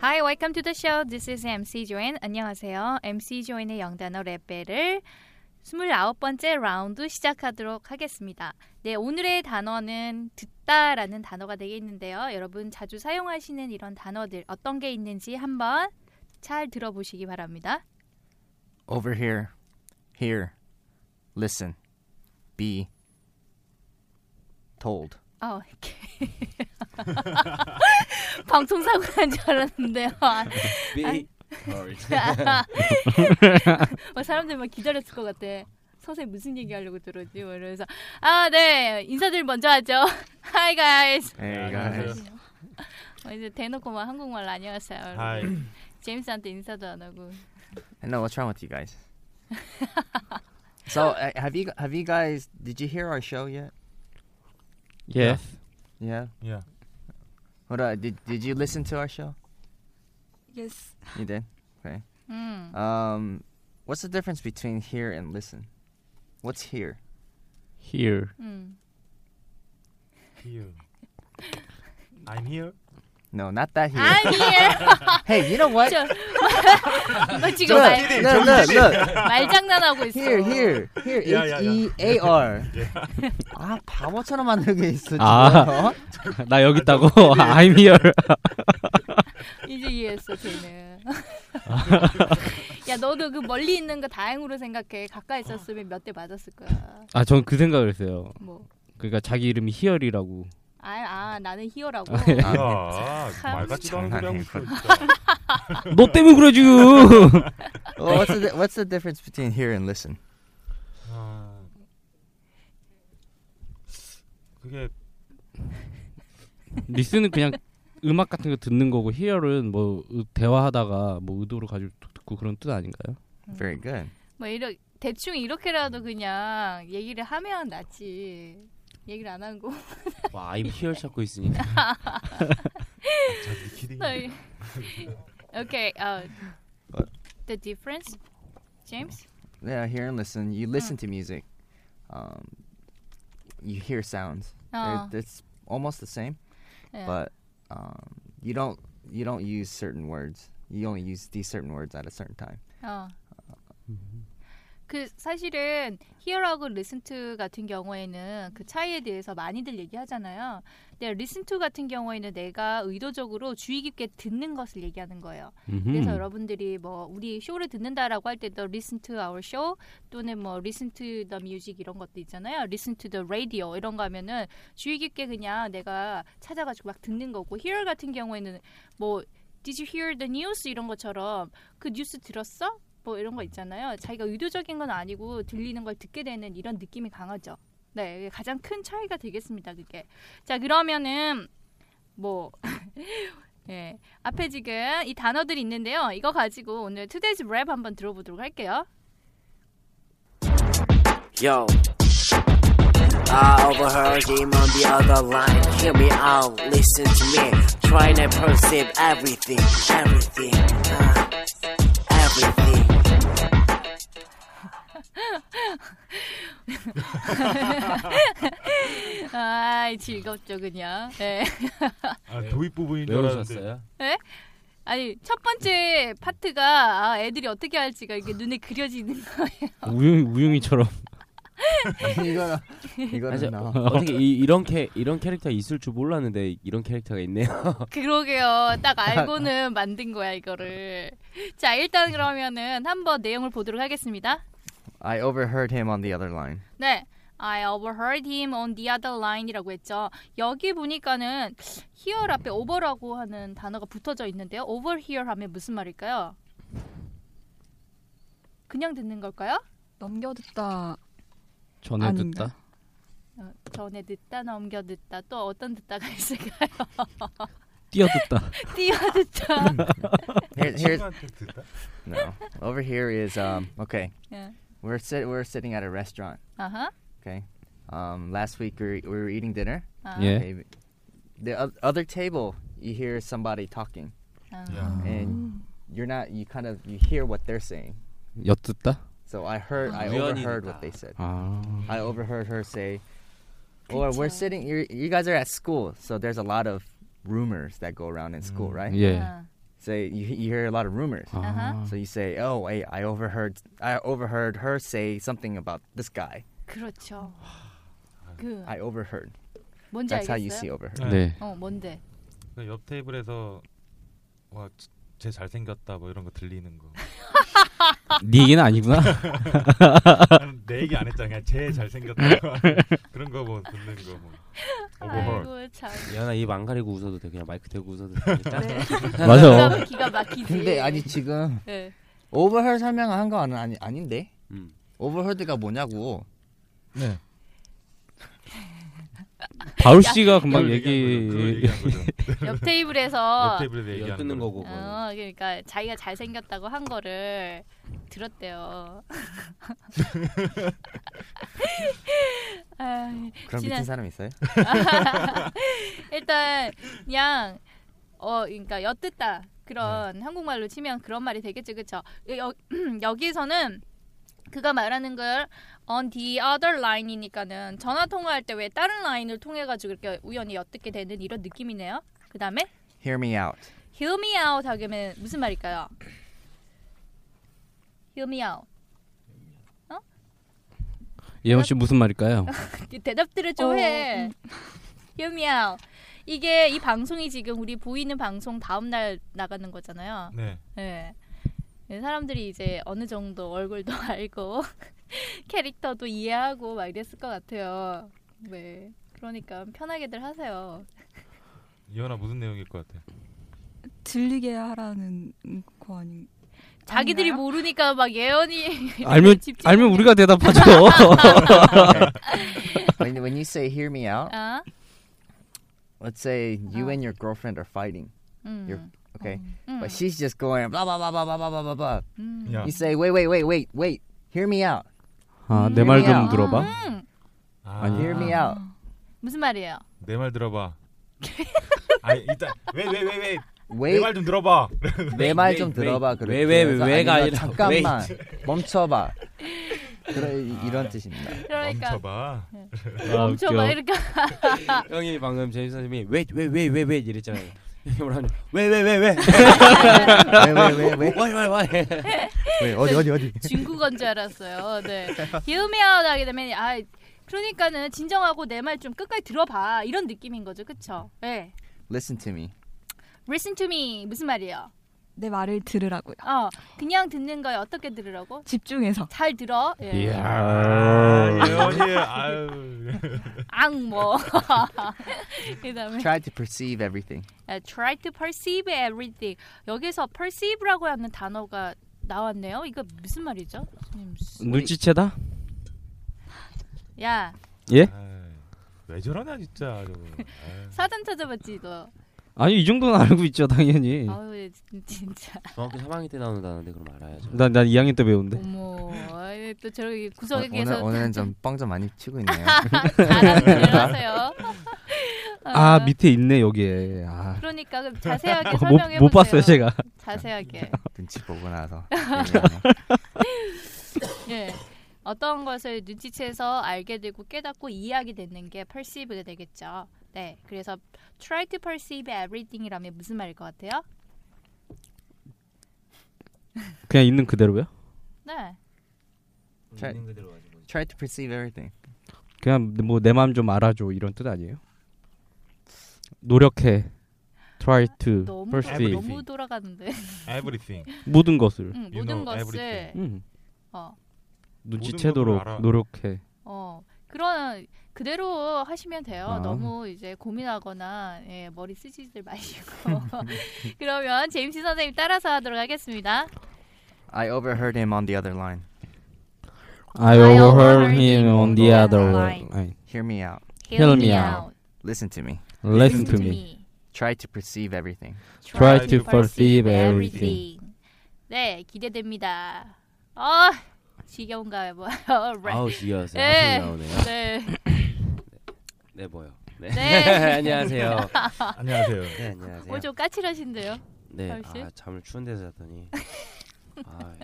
Hi, welcome to the show. This is MC Join. 안녕하세요. MC Join의 영단어 랩벨을 29번째 라운드 시작하도록 하겠습니다. 네, 오늘의 단어는 듣다라는 단어가 되겠는데요. 여러분 자주 사용하시는 이런 단어들 어떤 게 있는지 한번 잘 들어보시기 바랍니다. over here, here, listen, be told. 어, 이렇게. 방송사고 난 줄 알았는데요. 아, Be 막뭐 사람들 막 기다렸을 것 같아. 선생님 무슨 얘기하려고 들었지? 뭐 이러면서 아, 네. 인사들 먼저 하죠. Hi guys. hey guys. 안녕하세요. 어, 이제 대놓고 막 한국말 안녕하세요. 이러고. 제임스한테 인사도 안 하고. I know what's wrong with you guys. so uh, have you have you guys did you hear our show yet? Yeah. Yeah. Yeah. What uh, did did you listen to our show? Yes. You did. 음. Um, what's the difference between here and listen? What's here? Here. 음. Here. I'm here. No, not that here. I'm here. hey, you know what? 예. 저- 너 지금 look, 말, look, look, look. 말장난하고 있어. Here, here, here. Yeah, yeah, H E A R. 아 바보처럼 만들고 있어. 지금. 아. 어? 나 여기 있다고. I'm here. 이제 이해했어, 걔는. 야, 너도 그 멀리 있는 거 다행으로 생각해. 가까이 있었으면 몇 대 맞았을 거야. 아, 전 그 생각을 했어요. 뭐. 그러니까 자기 이름이 히얼이라고. 아, 아 나는 히어라고. 예. 야, 아, 말 같지도 않은 소리 하고 있어. 진짜. 너 때문에 그래 지금. Well, what's the di- what's the difference between here and listen? 아, 그게 리스는 그냥 음악 같은 거 듣는 거고 히얼은 뭐 으- 대화하다가 뭐 의도를 가지고 듣- 듣고 그런 뜻 아닌가요? Very good. 뭐 이러 대충 이렇게라도 그냥 얘기를 하면 낫지. 얘기를 안 하고. 와, I'm here 찾고 있으니까. 자기 키딩. 네. okay. Uh, What? the difference, James? Yeah, here and listen. You listen to music. Um, you hear sounds. 어, They're- It's almost the same, yeah. but um, you don't you don't use certain words. You only use these certain words at a certain time. 어. 그 사실은 hear하고 listen to 같은 경우에는 그 차이에 대해서 많이들 얘기하잖아요. 근데 listen to 같은 경우에는 내가 의도적으로 주의 깊게 듣는 것을 얘기하는 거예요. 음. 그래서 여러분들이 뭐 우리 쇼를 듣는다라고 할 때도 listen to our show 또는 뭐 listen to the music 이런 것도 있잖아요. listen to the radio 이런 거 하면은 주의 깊게 그냥 내가 찾아가지고 막 듣는 거고 hear 같은 경우에는 뭐 did you hear the news 이런 것처럼 그 뉴스 들었어? 뭐 이런 거 있잖아요. 자기가 의도적인 건 아니고 들리는 걸 듣게 되는 이런 느낌이 강하죠. 네, 이게 가장 큰 차이가 되겠습니다. 그게. 자, 그러면은 뭐 예. 앞에 지금 이 단어들이 있는데요. 이거 가지고 오늘 투데이즈 랩 한번 들어보도록 할게요. Yo. I overheard him on the other line. Hear me out, listen to me. Try and perceive everything, everything, uh, everything. 아이, 즐겁죠, 그냥. 예. 아, 도입 부분인 왜 줄 알았는데. 오셨어요? 아니, 첫 번째 파트가 아, 애들이 어떻게 할지가 이게 눈에 그려지는 거예요. 우영이 우영이처럼 이거는 이거는 아, 나. 저- 어떻게 이, 이런 캐 이런 캐릭터 있을 줄 몰랐는데 이런 캐릭터가 있네요. 그러게요. 딱 알고는 만든 거야 이거를. 자 일단 그러면은 한번 내용을 보도록 하겠습니다. I overheard him on the other line. 네. I overheard him on the other line이라고 했죠. 여기 보니까는 here 앞에 over라고 하는 단어가 붙어져 있는데요. overhear 하면 무슨 말일까요? 그냥 듣는 걸까요? 넘겨듣다. 전에 아닌가? 듣다. 어, 전에 듣다 넘겨 듣다 또 어떤 듣다가 있을까요? 뛰어듣다. 뛰어 듣다. Here, here's 친구한테 듣다? no. Over here is um okay. 예. We're sit we're sitting at a restaurant. 아하. Okay. Um, last week we were, we were eating dinner. 아, 예. Okay. The o- other table, you hear somebody talking, 아. 야. and you're not. You kind of you hear what they're saying. 엿듣다. So I heard. I 우연히 overheard 듣다. what they said. 아. I overheard her say, "Or we're sitting. You're, you guys are at school, so there's a lot of rumors that go around in school, right? 예. 아. So you, you hear a lot of rumors. 아. So you say, "Oh, hey, I overheard. I overheard her say something about this guy. 그렇죠. 그 I overheard. 뭔지 That's how you see 알겠어요? overheard. 네. 네. 어 뭔데? 그옆 테이블에서 와 쟤 잘생겼다 뭐 이런 거 들리는 거. 네 얘기는 아니구나. 나는 내 얘기 안 했잖아. 그냥 쟤 잘생겼다 뭐. 그런 거 뭐 듣는 거 뭐. 오버홀. 아이고 참. 연아 입 안 가리고 웃어도 돼. 그냥 마이크 대고 웃어도 되니까. 네. 맞아. 그러면 기가 막히지. 근데 아니 지금 예. overheard 설명한 건 아니 아닌데 음. overheard가 뭐냐고. 바울 씨가 금방 그걸 얘기한 아. 거죠. 그걸 얘기 얘기한 옆 거죠. 옆 테이블에서 테이블에서 엿 얘기하는 듣는 거. 거고. 그거는. 어, 그러니까 자기가 잘생겼다고 한 거를 들었대요. 아, 그럼 지난- 밑에 사람 있어요? 일단 그냥 어 그러니까 엿듣다 그런 한국말로 치면 그런 말이 되겠죠 그쵸 여, 여기서는 그가 말하는 걸 on the other line이니까는 전화 통화할 때 왜 다른 라인을 통해 가지고 이렇게 우연히 엿듣게 되는 이런 느낌이네요 그 다음에 Hear me out. hear me out 하면 무슨 말일까요 hear me out 예원 씨 무슨 말일까요? 이 대답들을 어, 좀 해. 유미야, 이게 이 방송이 지금 우리 보이는 방송 다음 날 나가는 거잖아요. 네. 예. 네, 사람들이 이제 어느 정도 얼굴도 알고 캐릭터도 이해하고 막 이랬을 것 같아요. 네. 그러니까 편하게들 하세요. 이현아 무슨 내용일 것 같아? 들리게 하라는 거 아닌. 자기들이 아닌가요? 뭐- 모르니까 막 예언이 알면 아, 네, 집중해. 알면 우리가 대답하죠. When when you say hear me out, 아, let's say you Oh. and your girlfriend are fighting. You're 음, okay, 음, but she's just going blah blah blah blah blah blah blah blah blah. 음. 야. You say wait wait wait wait wait. Hear me out. 아, 내 말 좀 음. 들어봐. 음, 아, 아니. Hear me out. 무슨 말이에요? 내말 들어봐. 아니 일단 왜왜왜왜내 말 Wait. 좀 들어봐. 내 말 좀 들어봐 왜, 그렇게. 왜, 왜, 그래서 왜가 아니면 아니라 잠깐만 멈춰봐. 그래 이- 이런 뜻입니다. 그러니까 멈춰봐. 멈춰 막 이렇게 형이 방금 제임 선생님이 왜 왜 왜 왜 왜 이랬잖아요. 왜왜왜 왜? 왜왜왜 왜? 와이 와이 와이. 왜 어디 어디 어디? 중국어인 줄 알았어요. 네. 히우미아웃 하게 되면 아 그러니까는 진정하고 내 말 좀 끝까지 들어봐 이런 느낌인 거죠, 그렇죠? 네. Listen to me. Listen to me 무슨 말이에요? 내 말을 들으라고요. 어 그냥 듣는 거에 어떻게 들으라고? 집중해서. 잘 들어. 예. 아, 이야. 예원이 아유. 악뭐. 그다음에 Try to perceive everything. 아, try to perceive everything. 여기서 perceive라고 하는 단어가 나왔네요. 이거 무슨 말이죠? 선생님, 무슨- 눈치채다? 예? 야 아이, 왜 저러냐 진짜 저거. 아유. 사전 찾아봤지 너. 아니 이 정도는 알고 있죠 당연히. 아우 진짜. 중학교 3학년 때 나오는 단어인데 그럼 알아야죠. 난 난 2학년 때 배운데. 어머, 아이, 또 저렇게 어, 구석에 오늘 계속 오늘은 좀 뻥 좀 많이 치고 있네요. 잘하세요. 아 밑에 있네 여기에. 아. 뭐, 그러니까 그럼 자세하게 설명해 보세요. 못못 봤어요 제가. 자세하게. 눈치 보고 나서. 예. 어떤 것을 눈치채서 알게 되고 깨닫고 이해하게 되는 게 perceive가 되겠죠. 네. 그래서 try to perceive everything이라면 무슨 말일 것 같아요? 그냥 있는 그대로요? 네. 잘- 있는 그대로 가지고. Try to perceive everything. 그냥 뭐 내 마음 좀 알아줘 이런 뜻 아니에요? 노력해. Try to 너무 돌아- perceive 너무 돌아가는데. Everything. 모든 것을 응, You 모든 know 것을 everything. 음. 어, 모든 걸 알아. 눈치채도록 노력해. 어 그런 그대로 하시면 돼요. 아. 너무 이제 고민하거나 예, 머리 쓰지들 마시고. 그러면 제임스 선생님 따라서 하도록 하겠습니다. I overheard him on the other line. I overheard him on the other line. Hear me out. Hear me out. Listen to me. Listen to me. Try to perceive everything. Try to perceive everything. 네, 기대됩니다. 아, 지겨운가 봐요. 아우 지겨워서 네. 네. 나오네요. 네. 네 뭐요? 네. 네. 안녕하세요. 안녕하세요. 네 안녕하세요. 오좀 까칠하신데요. 네. 서울 씨? 아 잠을 추운 데서 잤더니. 아,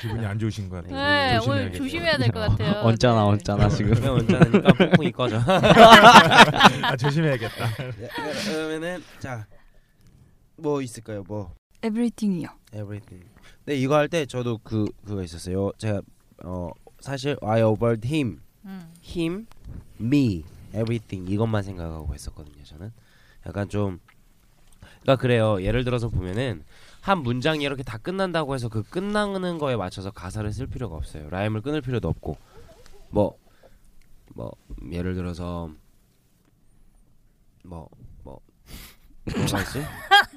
기분이 안 좋으신 것 같아요. 네, 오늘 조심해야 될 것 같아요. 언짢아 네. 언짢아 지금. 왜 언짢으니까 퐁퐁이 꺼져. 아, 조심해야겠다. 네, 그러면은 자 뭐 있을까요? 뭐 Everything이요. everything. 네 이거 할 때 저도 그 그거 있었어요. 제가 어 사실 I overheard him, 음. him, me, everything 이것만 생각하고 했었거든요. 저는 약간 좀 그러니까 그래요. 예를 들어서 보면은 한 문장이 이렇게 다 끝난다고 해서 그 끝나는 거에 맞춰서 가사를 쓸 필요가 없어요. 라임을 끊을 필요도 없고 뭐 뭐 예를 들어서 뭐 뭐 뭐가 있지?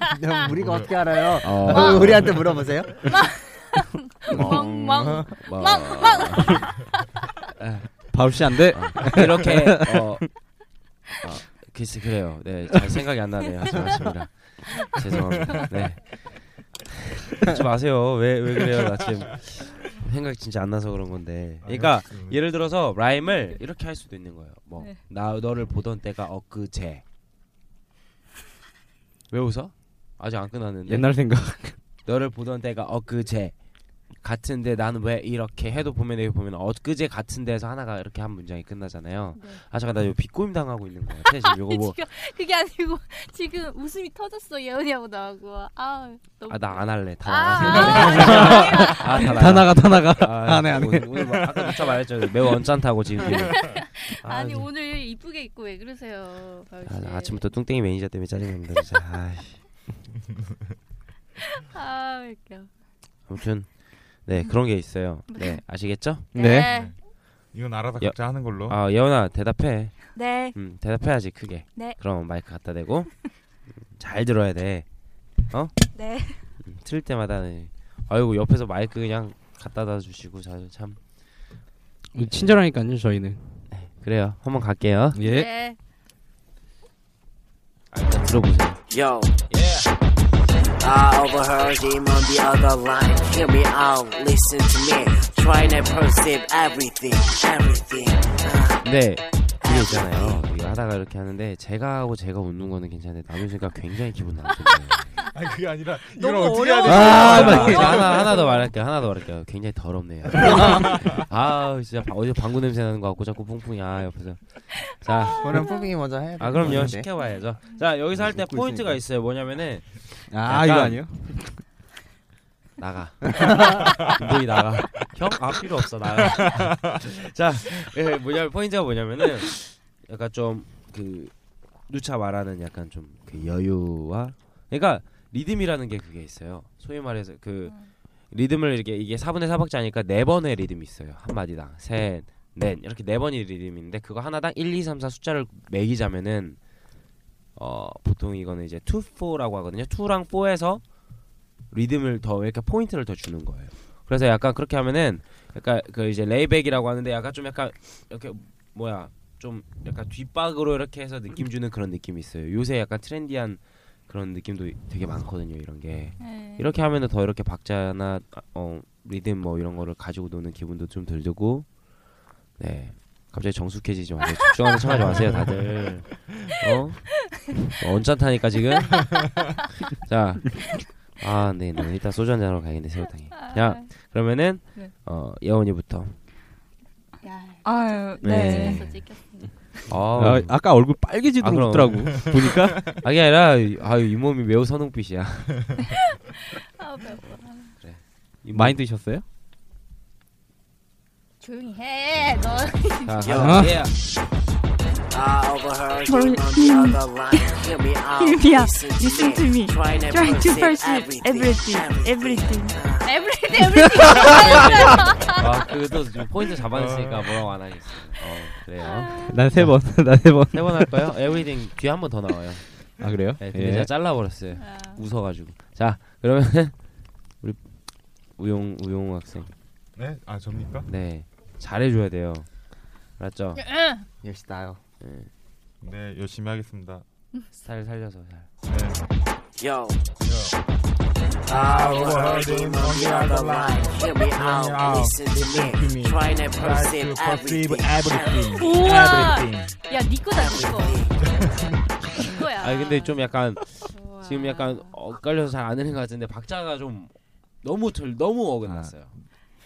우리가 어떻게 알아요? 어. 우리한테 물어보세요. 멍, 멍. 뭐 바울 씨 안 돼. 이렇게 어, 어 글쎄 그래요. 네, 잘 생각이 안 나네요. 죄송합니다. 죄송합니다. 네. 하지 마세요. 왜 왜 그래요? 나 지금 생각 진짜 안 나서 그런 건데. 그러니까 예를 들어서 라임을 이렇게 할 수도 있는 거예요. 네. 뭐 나 너를 보던 때가 엊그제. 왜 웃어? 아직 안 끝났는데. 옛날 생각. 너를 보던 때가 엊그제 같은데 나는 왜 이렇게 해도 보면 여기 보면 엊그제 같은 데서 하나가 이렇게 한 문장이 끝나잖아요. 네. 아 잠깐 나 이거 빗고임 당하고 있는 거 같아. 지금 이거 뭐 지금 그게 아니고 지금 웃음이 터졌어 예은이하고 나하고 아 너무 뭐아 나 안 할래. 다 아, 나가. 아, 아다 다 나가 네, 다 나가. 아, 안 해, 안 해. 오늘, 오늘 뭐 아까 부터 말했죠. 매우 언짢다고 지금. 기분이. 아, 아니 지금. 오늘 이쁘게 입고 왜 그러세요 바울 씨. 아, 아침부터 뚱땡이 매니저 때문에 짜증납니다. 진짜. 아이. 아 웃겨 아무튼 음. 네 그런 게 있어요. 네 아시겠죠? 네. 이건 알아서 여- 각자 하는 어? 걸로. 아 예원아 대답해. 네. 음, 대답해야지 크게. 네. 그럼 마이크 갖다 대고 음, 잘 들어야 돼. 어? 네. 음, 틀 때마다 아이고 옆에서 마이크 그냥 갖다 다 주시고 자, 참 네. 친절하니까요 저희는. 그래요. 한번 갈게요. 예. 네. 아, 일단 들어보세요. Yo. I overheard him on the other line. Hear me out, listen to me. Trying to perceive everything, everything. Uh, 근데 그게 있잖아요. 네. 이거 하다가 이렇게 하는데 제가 하고 제가 웃는 거는 괜찮은데 남윤씨가 굉장히 기분 나쁘네요. 아니, 그게 아니라 이걸 너무 어떻게 해야 돼? 아, 아, 제가 하나 하나 더 말할게요. 하나 더 말할게요. 굉장히 더럽네요. 아, 진짜 바- 어제 방구 냄새 나는 거 같고 자꾸 뿡뿡이 아 옆에서. 자, 오늘 푸빙이 먼저 해. 아 그럼요 시켜봐야죠 자 여기서 할 때 아, 웃고 포인트가 있으니까. 있어요 뭐냐면은 아 이거 약간- 아니요? 나가 너희 나가 형아 필요 없어 나가 자 예, 뭐냐면 포인트가 뭐냐면은 약간 좀 그 누차 말하는 약간 좀그 여유와 그러니까 리듬이라는 게 그게 있어요 소위 말해서 그 리듬을 이렇게 이게 4분의 4박자니까 네번의 리듬이 있어요 한 마디당 셋넷 이렇게 네번이 리듬인데 그거 하나당 1, 2, 3, 4 숫자를 매기자면은 어 보통 이거는 이제 2, 4라고 하거든요 2랑 4에서 리듬을 더 이렇게 포인트를 더 주는 거예요. 그래서 약간 그렇게 하면은 약간 그 이제 레이백이라고 하는데 약간 좀 약간 이렇게 뭐야 좀 약간 뒷박으로 이렇게 해서 느낌 주는 그런 느낌이 있어요. 요새 약간 트렌디한 그런 느낌도 되게 많거든요. 이런 게 네. 이렇게 하면은 더 이렇게 박자나 아, 어, 리듬 뭐 이런 거를 가지고 노는 기분도 좀 들고 네 갑자기 정숙해지지 마세요. 집중하는 척하지 마세요 다들. 어? 어, 언짢다니까 지금. 자. 아, 네, 네. 이따 소주 한잔 하러 가야겠네, 새우탕이. 야, 그러면은 네. 어, 예원이부터. 야, 아, 네. 네. 찍혔어 찍혔어 어, 아, 아까 얼굴 아, 빨개지도록 그럼. 웃더라고 보니까 아, 게 아니라 아유, 이 몸이 매우 선홍빛이야. 아 배워 이 몸- 많이 드셨어요? 조용히 해. 너 아, 예. I overheard you 뭘- on the other line. Hear me out. 일비야, Listen to me. Try and Try to perceive perceive everything. everything. 에브리데이 에브리데이. 아, 그래도 지금 포인트 잡아냈으니까 뭐라고 안 하겠어. 어, 그래요. 난 세 번, 난 세 번. 세 번 할까요? 에브리딩 뒤에 한 번 더 나와요. 아 그래요? 네, 근데 제가 잘라버렸어요. 웃어가지고. 자, 그러면 우리 우용 우용 학생. 네? 아 접니까? 네, 잘해줘야 돼요. 알았죠? 응. Your style. 네, 네 열심히 하겠습니다. 네. 아, 스타일 살려서. 잘. Yo. I overheard him on the other line. Hear me out. Listen to me. Try and perceive everything. 우와. 야, 네 거다, 네 거. 네 거야. 아 근데 좀 약간 좋아. 지금 약간 엇갈려서 잘 안 되는 것 같은데 박자가 좀 너무 틀 너무 어긋났어요.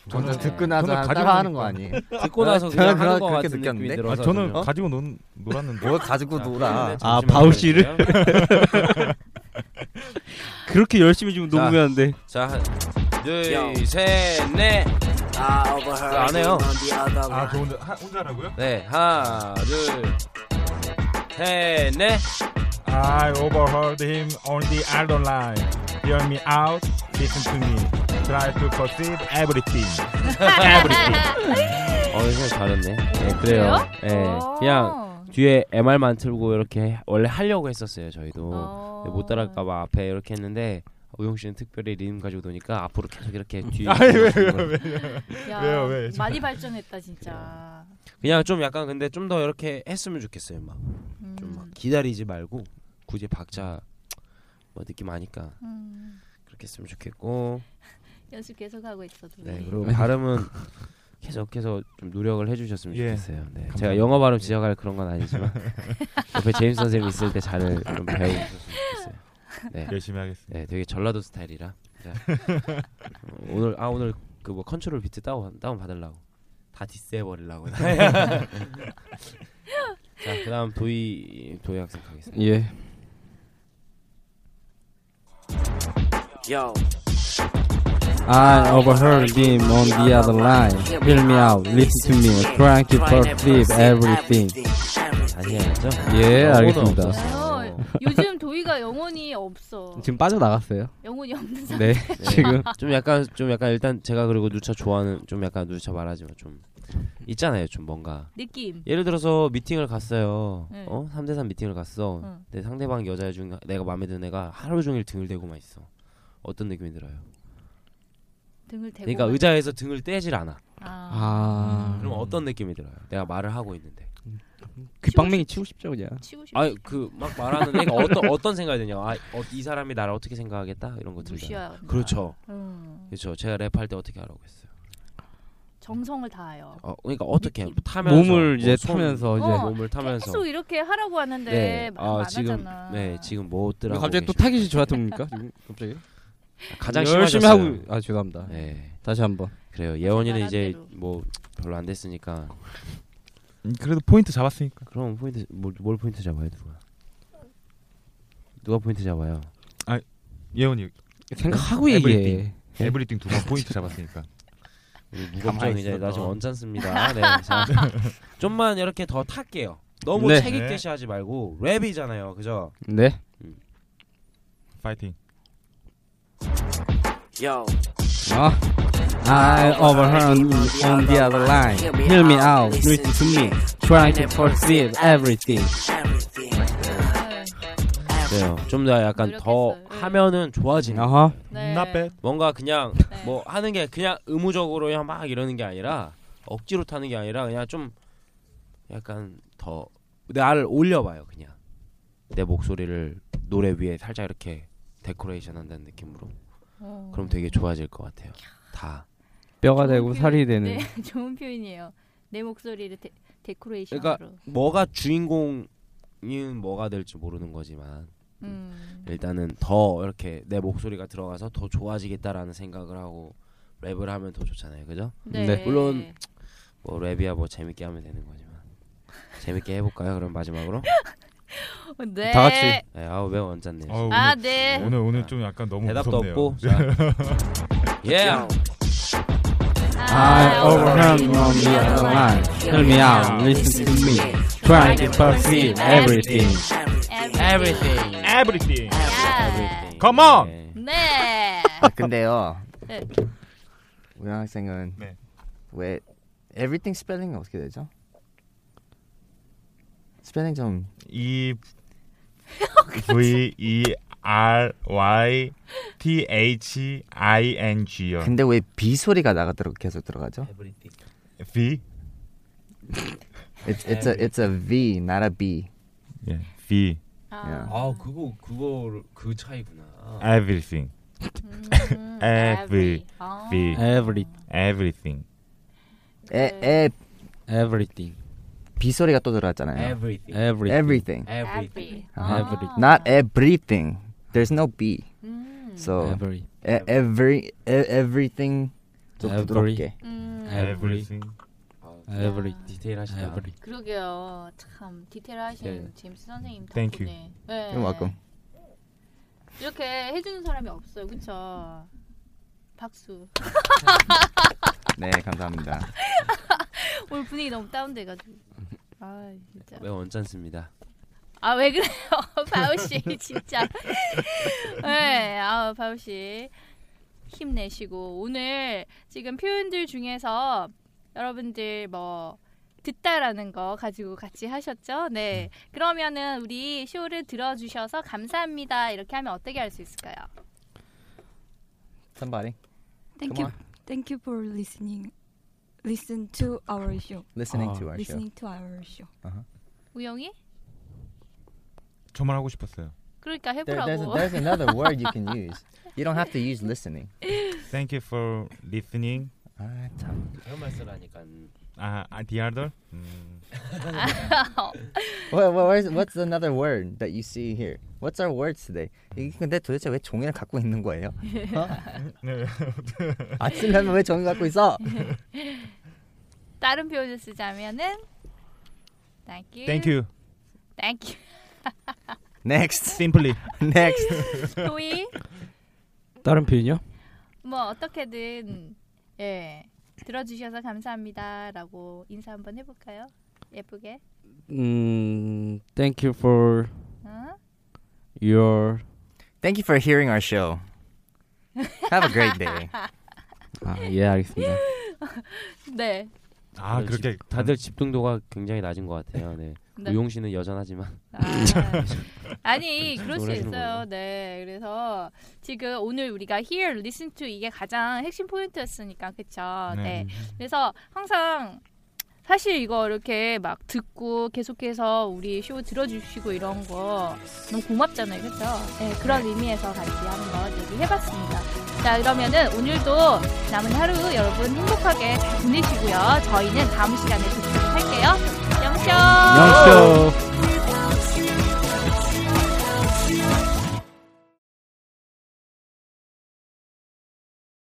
저는 저는- 듣고 나서 저는 가지고 따라하는 거 있는 아니에요? 아. 듣고 나서 저는 그냥 하는 그런- 것 그렇게 같은 느낌이 느꼈는데? 들어서 뭐? 아 저는 그냥- 가지고 논, 놀았는데. 뭘 가지고 자, 놀아? 그러면 아, 잠시만요. 바우씨를? 그렇게 열심히 지금 자. 녹음이 하는데 자, 한, 둘, 셋, 넷. I overheard 안 him 해요. on the other 아 line. 저 혼자 하, 혼자라고요? 네, 하나, 둘, 셋, 넷. I overheard him on the other line. Hear me out. Listen to me. Try to perceive everything. everything. 어, 이거 잘했네. 네, 그래요. 예, 어. 그냥 뒤에 MR만 틀고 이렇게 원래 하려고 했었어요, 저희도. 어. 근데 뭐, 네, 못 따라할까봐 앞에 이렇게 했는데 어, 우영 씨는 특별히 리듬 가지고 노니까 앞으로 계속 이렇게 뒤에 야, 왜요, 왜? 많이 발전했다 진짜. 그냥 좀 약간 근데 좀 더 이렇게 했으면 좋겠어요. 막 좀 막 음, 기다리지 말고 굳이 박자 뭐 느낌 아니까 음, 그렇게 했으면 좋겠고 연습 계속 하고 있어도. 네 그리고 발음은 계속해서 좀 노력을 해주셨으면 예. 좋겠어요. 네, 제가 영어 발음 지적할 그런 건 아니지만 옆에 제임스 선생님 있을 때 잘을 좀 배우셨으면 좋겠어요. 네, 열심히 하겠습니다. 네 되게 전라도 스타일이라 자, 어, 오늘 아 오늘 그 뭐 컨트롤 비트 다운 다운 받으려고 다 디스해버리려고. 자 그다음 도희 도희 학생 가겠습니다. 예. Yo. I overheard him on the other line. Hear me out. Listen to me. Try to perceive everything. 다시 해야죠. 예, 영어는 알겠습니다. 없었어요. 요즘 도희가 영혼이 없어. 지금 빠져나갔어요. 영혼이 없는 사. 네. 네. 지금 좀 약간 좀 약간 일단 제가 그리고 누차 좋아하는 좀 약간 누차 말하지만 좀 있잖아요 좀 뭔가 느낌. 예를 들어서 미팅을 갔어요 네. 어 3대3 미팅을 갔어 응. 근데 상대방 여자 중에 내가 마음에 드는 애가 하루 종일 등을 대고만 있어 어떤 느낌이 들어요 등을 대고. 그러니까 의자에서 등을 떼질 않아 아. 그럼 어떤 느낌이 들어요 내가 말을 하고 있는데 음. 귓방맹이 치고 싶죠 그냥. 치고 싶어. 아 그 막 말하는 애가 어떤 어떤 생각이 드냐 아이 사람이 나를 어떻게 생각하겠다 이런 것들 무시야. 그렇죠 음, 그렇죠 제가 랩할 때 어떻게 하라고 했어요 정성을 다해요. 어 그러니까 어떻게 느낌. 타면서 몸을 이제 뭐 손, 타면서 이제. 어, 몸을 타면서 계속 이렇게 하라고 하는데 네, 막 아, 안 지금 하잖아. 네 지금 뭐 왜 들하고 갑자기 또 타깃이 저한테 옵니까? 지금 갑자기. 가장 열심히 심하셨어요. 하고 아 죄송합니다. 네 다시 한번. 아, 그래요 예원이는 이제 나름대로. 뭐 별로 안 됐으니까 음, 그래도 포인트 잡았으니까. 그럼 포인트 뭘, 뭘 포인트 잡아요 누가 누가 포인트 잡아요 예원이 생각하고 Everything. 얘기해. 예? 에브리띵 두 번 포인트 잡았으니까. 우리 가만히 무겁죠 이제 있어도. 나 지금 언짢습니다 네 자, 좀만 이렇게 더 탈게요 너무 네. 책 읽듯이 하지 말고 랩이잖아요 그죠 네. 파이팅. Yo. 아. I overheard him on the other line. Hear me out. Listen to me. Try to perceive everything. Everything. 네. 그래요 좀 더 약간 더 노력했어요. 네. 하면은 좋아지는 아하. 네. Not bad. 뭔가 그냥 네. 뭐 하는 게 그냥 의무적으로 그냥 막 이러는 게 아니라 억지로 타는 게 아니라 그냥 좀 약간 더 나를 올려봐요 그냥 내 목소리를 노래 위에 살짝 이렇게 데코레이션 한다는 느낌으로 어. 그럼 되게 좋아질 것 같아요 다 뼈가 되고 살이 되는. 네, 좋은 표현이에요. 내 목소리를 데, 데코레이션으로. 그러니까- 뭐가 주인공인 뭐가 될지 모르는 거지만 음. 일단은 더 이렇게 내 목소리가 들어가서 더 좋아지겠다라는 생각을 하고 랩을 하면 더 좋잖아요 그죠? 네. 물론 뭐 랩이야 뭐 재밌게 하면 되는 거지만 재밌게 해볼까요? 그럼 마지막으로 네. 다 같이. 네, 아우 매우 언짢네요. 아우, 오늘, 아, 네. 오늘 오늘 좀 약간 너무 대답도 무섭네요. 없고 자. 예. Yo. 아, 어, I 어, overheard 뭐, him on the other line. Hear me out, listen to me. Try to perceive everything. Everything. Everything. 야. Come on. 네. 아, 근데요. 네. 우리 학생은 네. 왜 everything spelling 어떻게 되죠? 스펠링 좀 E V E R Y T H I N G요. 근데 왜 B 소리가 나가도록 계속 들어가죠? V. It's it's a it's a V, not a B. 예. V. Yeah. 아 그거 그거 그 차이구나. Everything. 음, Every. 아. V. Every Everything. 에, 에 everything. B 소리가 또 네. 들어갔잖아요. Everything. Everything. Everything. Every. 아. Every. Not everything. There's no B. 음. So Every. e- every e- everything 좀 Every. 부드럽게. 아. 음. Every. Every. 디테일하시다. Every. 그러게요. 참 디테일하신 네. 제임스 선생님 덕분에. Thank 네. You're welcome. 이렇게 해주는 사람이 없어요. 그쵸? 박수. 네, 감사합니다. 오늘 분위기 너무 다운돼가지고. 아 진짜. 왜 언짢습니다. 아 왜 그래요, 바울 씨 진짜. 네, 아 바울 씨 힘내시고 오늘 지금 표현들 중에서 여러분들 뭐 듣다라는 거 가지고 같이 하셨죠? 네. 그러면은 우리 쇼를 들어주셔서 감사합니다 이렇게 하면 어떻게 할 수 있을까요? Somebody Thank Come you. Thank you for listening. Listen to our show. listening 아. to our show. Listening to our show. 우영이? 저만 하고 싶었어요. 그러니까 There, there's, 해보라고. there's another word you can use. You don't have to use listening. Thank you for listening. 아, 참. 그런 말씀을 하니까 아, 아 the other. 음, What, what, where's- what's another word that you see here? What's our words today? 이게 근데 도대체 왜 종이를 갖고 있는 거예요? 어? 아침에는 왜 종이 갖고 있어? 다른 표현을 쓰자면은 Thank you. Thank you. Thank you. Next, Simply. next. 도희 다른 표현요? 뭐 어떻게든 예 들어주셔서 감사합니다라고 인사 한번 해볼까요? 예쁘게. 음, thank you for 어? your Thank you for hearing our show. Have a great day. 아, 예, 알겠습니다. 네. 아 다들 그렇게 집, 다들 집중도가 굉장히 낮은 것 같아요. 네. 네. 우용 씨는 여전하지만 아, 니 그럴 수 노래하시는 있어요. 거예요? 네. 그래서 지금 오늘 우리가 hear, listen to 이게 가장 핵심 포인트였으니까 그쵸? 네. 네. 그래서 항상 사실 이거 이렇게 막 듣고 계속해서 우리 쇼 들어주시고 이런 거 너무 고맙잖아요, 그렇죠? 네, 그런 의미에서 같이 한번 얘기해봤습니다. 자, 그러면은 오늘도 남은 하루 여러분 행복하게 잘 보내시고요. 저희는 다음 시간에 뵙도록 할게요.